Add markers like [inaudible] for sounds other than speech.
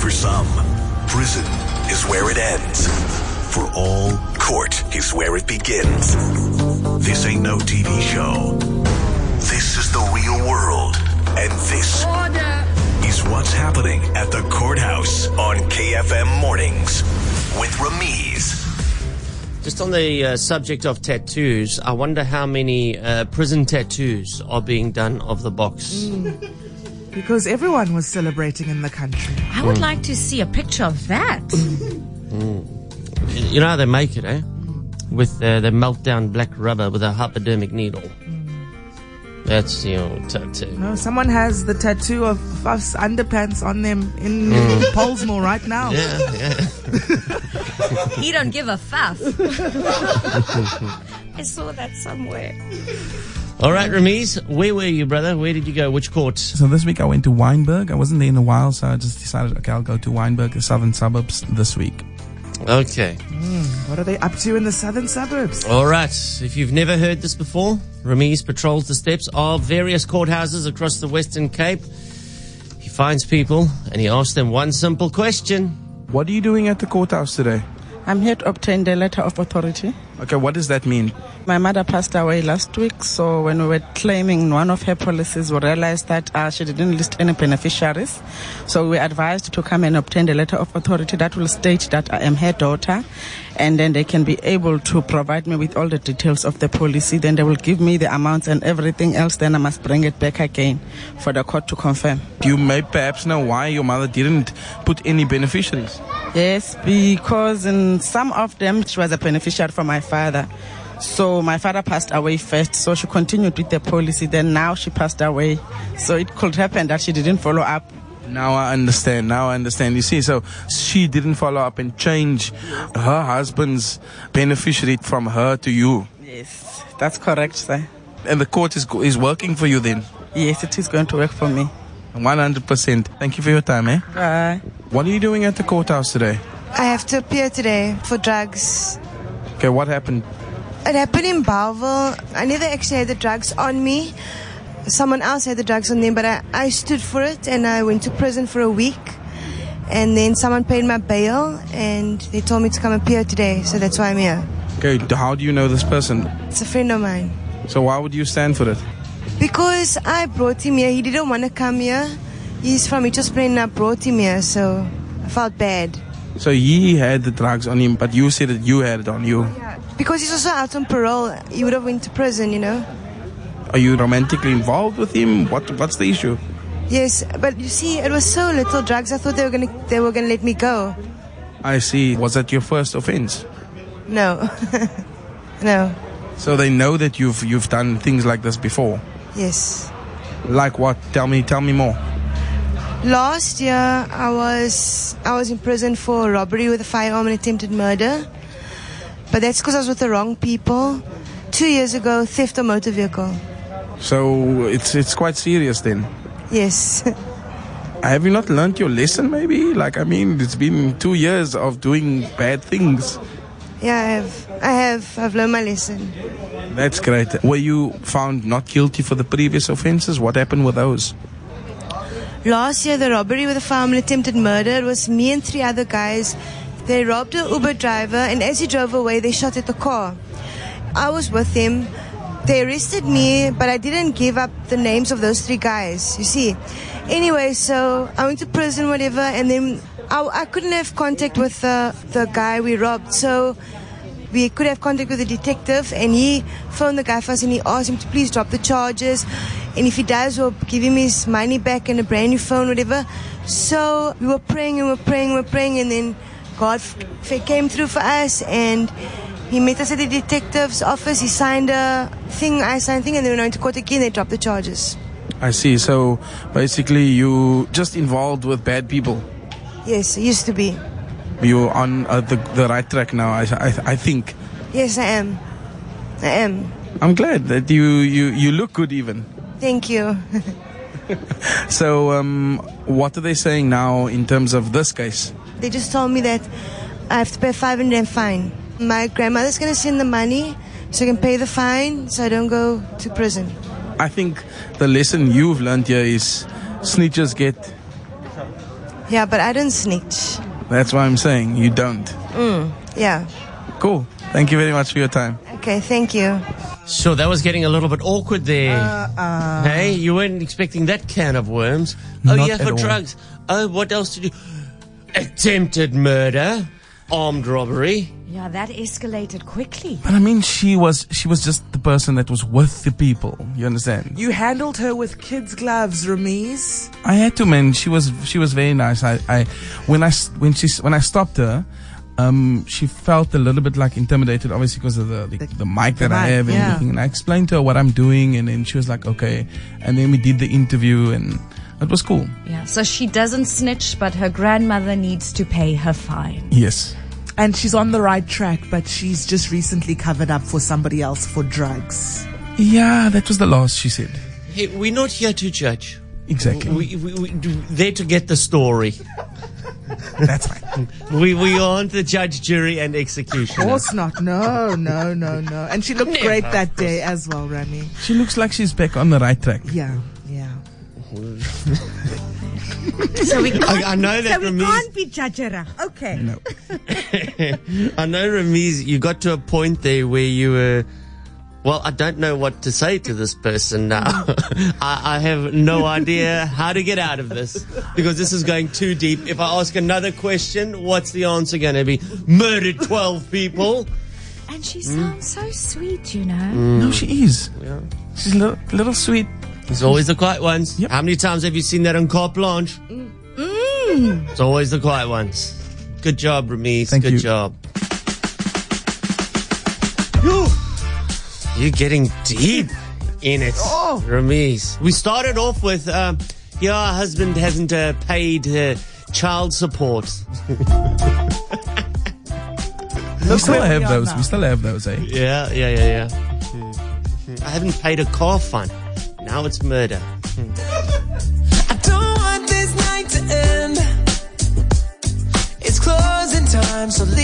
For some, prison is where it ends. For all, court is where it begins. This ain't no TV show. This is the real world. And this is what's happening at the courthouse on KFM Mornings with Ramiz. Just on the uh, subject of tattoos, I wonder how many uh, prison tattoos are being done of the box. Because everyone was celebrating in the country. I would like to see a picture of that. You know how they make it, eh? With uh, they melt down black rubber with a hypodermic needle. That's the old [laughs] tattoo. No, someone has the tattoo of Faf's underpants on them in Polesmore right now. Yeah, yeah. he don't give a fuff. I saw that somewhere. All right, Ramiz, where were you, brother? Where did you go? Which court? So this week I went to Weinberg. I wasn't there in a while, so I just decided, okay, I'll go to Weinberg, the southern suburbs, this week. Okay. What are they up to in the southern suburbs? All right. If you've never heard this before, Ramiz patrols the steps of various courthouses across the Western Cape. He finds people and he asks them one simple question. What are you doing at the courthouse today? I'm here to obtain the letter of authority. Okay, what does that mean? My mother passed away last week, so when we were claiming one of her policies, we realized that uh, she didn't list any beneficiaries. So we were advised to come and obtain the letter of authority that will state that I am her daughter, and then they can be able to provide me with all the details of the policy. Then they will give me the amounts and everything else. Then I must bring it back again for the court to confirm. You may perhaps know why your mother didn't put any beneficiaries. Yes, because in some of them she was a beneficiary for my father. So my father passed away first, so she continued with the policy. Then now she passed away, so it could happen that she didn't follow up. Now I understand. Now I understand. You see, so she didn't follow up and change her husband's beneficiary from her to you. Yes, that's correct, sir. And the court is, is working for you then. Yes, it is going to work for me. 100%. Thank you for your time, eh? Bye. What are you doing at the courthouse today? I have to appear today for drugs. Okay, what happened? It happened in Bowville. I never actually had the drugs on me. Someone else had the drugs on them, but I, I stood for it and I went to prison for a week. And then someone paid my bail and they told me to come appear today, so that's why I'm here. Okay, d- how do you know this person? It's a friend of mine. So why would you stand for it? Because I brought him here, he didn't want to come here. He's from Itospren and I brought him here, so I felt bad. So he had the drugs on him, but you said that you had it on you. Because he's also out on parole, he would have went to prison, you know. Are you romantically involved with him? What What's the issue? Yes, but you see, it was so little drugs. I thought they were gonna they were gonna let me go. I see. Was that your first offense? No, [laughs] no. So they know that you've you've done things like this before. Yes. Like what? Tell me. Tell me more. Last year, I was I was in prison for robbery with a firearm and attempted murder. But that's because I was with the wrong people. Two years ago, theft of motor vehicle. So it's it's quite serious then. Yes. [laughs] Have you not learnt your lesson? Maybe. Like I mean, it's been two years of doing bad things. yeah, I have. I have. I've learned my lesson. That's great. Were you found not guilty for the previous offences? What happened with those? Last year, the robbery with a farm and attempted murder it was me and three other guys. They robbed an Uber driver, and as he drove away, they shot at the car. I was with him. They arrested me, but I didn't give up the names of those three guys, you see. Anyway, so I went to prison, whatever, and then I, I couldn't have contact with the, the guy we robbed, so we could have contact with the detective and he phoned the guy first and he asked him to please drop the charges and if he does we'll give him his money back and a brand new phone whatever so we were praying and we were praying and we were praying and then god f- f- came through for us and he met us at the detective's office he signed a thing i signed a thing and then we went to court again they dropped the charges I see. So basically, you just involved with bad people. yes it used to be You're on uh, the, the right track now. I, I, I think. yes i am i am I'm glad that you, you, you look good even. thank you So um, what are they saying now in terms of this case? They just told me that I have to pay 500 fine. My grandmother's going to send the money so I can pay the fine so I don't go to prison. I think the lesson you've learned here is snitches get Yeah, but I didn't snitch. That's why I'm saying you don't. Yeah. Cool. Thank you very much for your time. Okay, thank you. So that was getting a little bit awkward there. Uh, hey, you weren't expecting that can of worms. oh, Not yeah, at for all. drugs. Oh, what else did you. Attempted murder, armed robbery. Yeah, that escalated quickly. But I mean, she was she was just the person that was with the people. You understand? You handled her with kids' gloves, Ramiz. I had to, man. She was she was very nice. I, I when I s- when she s- when I stopped her. Um, she felt a little bit like intimidated, obviously, because of the the, the mic that the I mic, have and yeah. everything. And I explained to her what I'm doing, and then she was like, "Okay." And then we did the interview, and it was cool. Yeah, so she doesn't snitch, but her grandmother needs to pay her fine. Yes. And she's on the right track, but she's just recently covered up for somebody else for drugs. Yeah, that was the last she said. Hey, we're not here to judge. Exactly. We, we, we, there to get the story. That's right. [laughs] We, we aren't the judge, jury, and Of executioner. course not. No, no, no, no. And she looked great that day as well, Rami. She looks like she's back on the right track. Yeah, yeah. So we can't, I, I know that so we Ramiz. can't be judgera. Okay. I know Ramiz. You got to a point there where you were. Well, I don't know what to say to this person now. [laughs] I, I have no idea how to get out of this because this is going too deep. If I ask another question, what's the answer going to be? Murdered 12 people? And she sounds so sweet, you know. Mm. No, she is. She's a little, little sweet. It's always the quiet ones. Yep. How many times have you seen that on Carte Blanche? It's always the quiet ones. Good job, Ramiz. Thank Good you. job. Whew. You're getting deep in it, oh. Ramiz. We started off with, um, your husband hasn't uh, paid uh, child support. we still where we have are those. now. We still have those, eh? Yeah, yeah, yeah, yeah. I haven't paid a car fine. Now it's murder. I don't want this night to end. It's closing time, so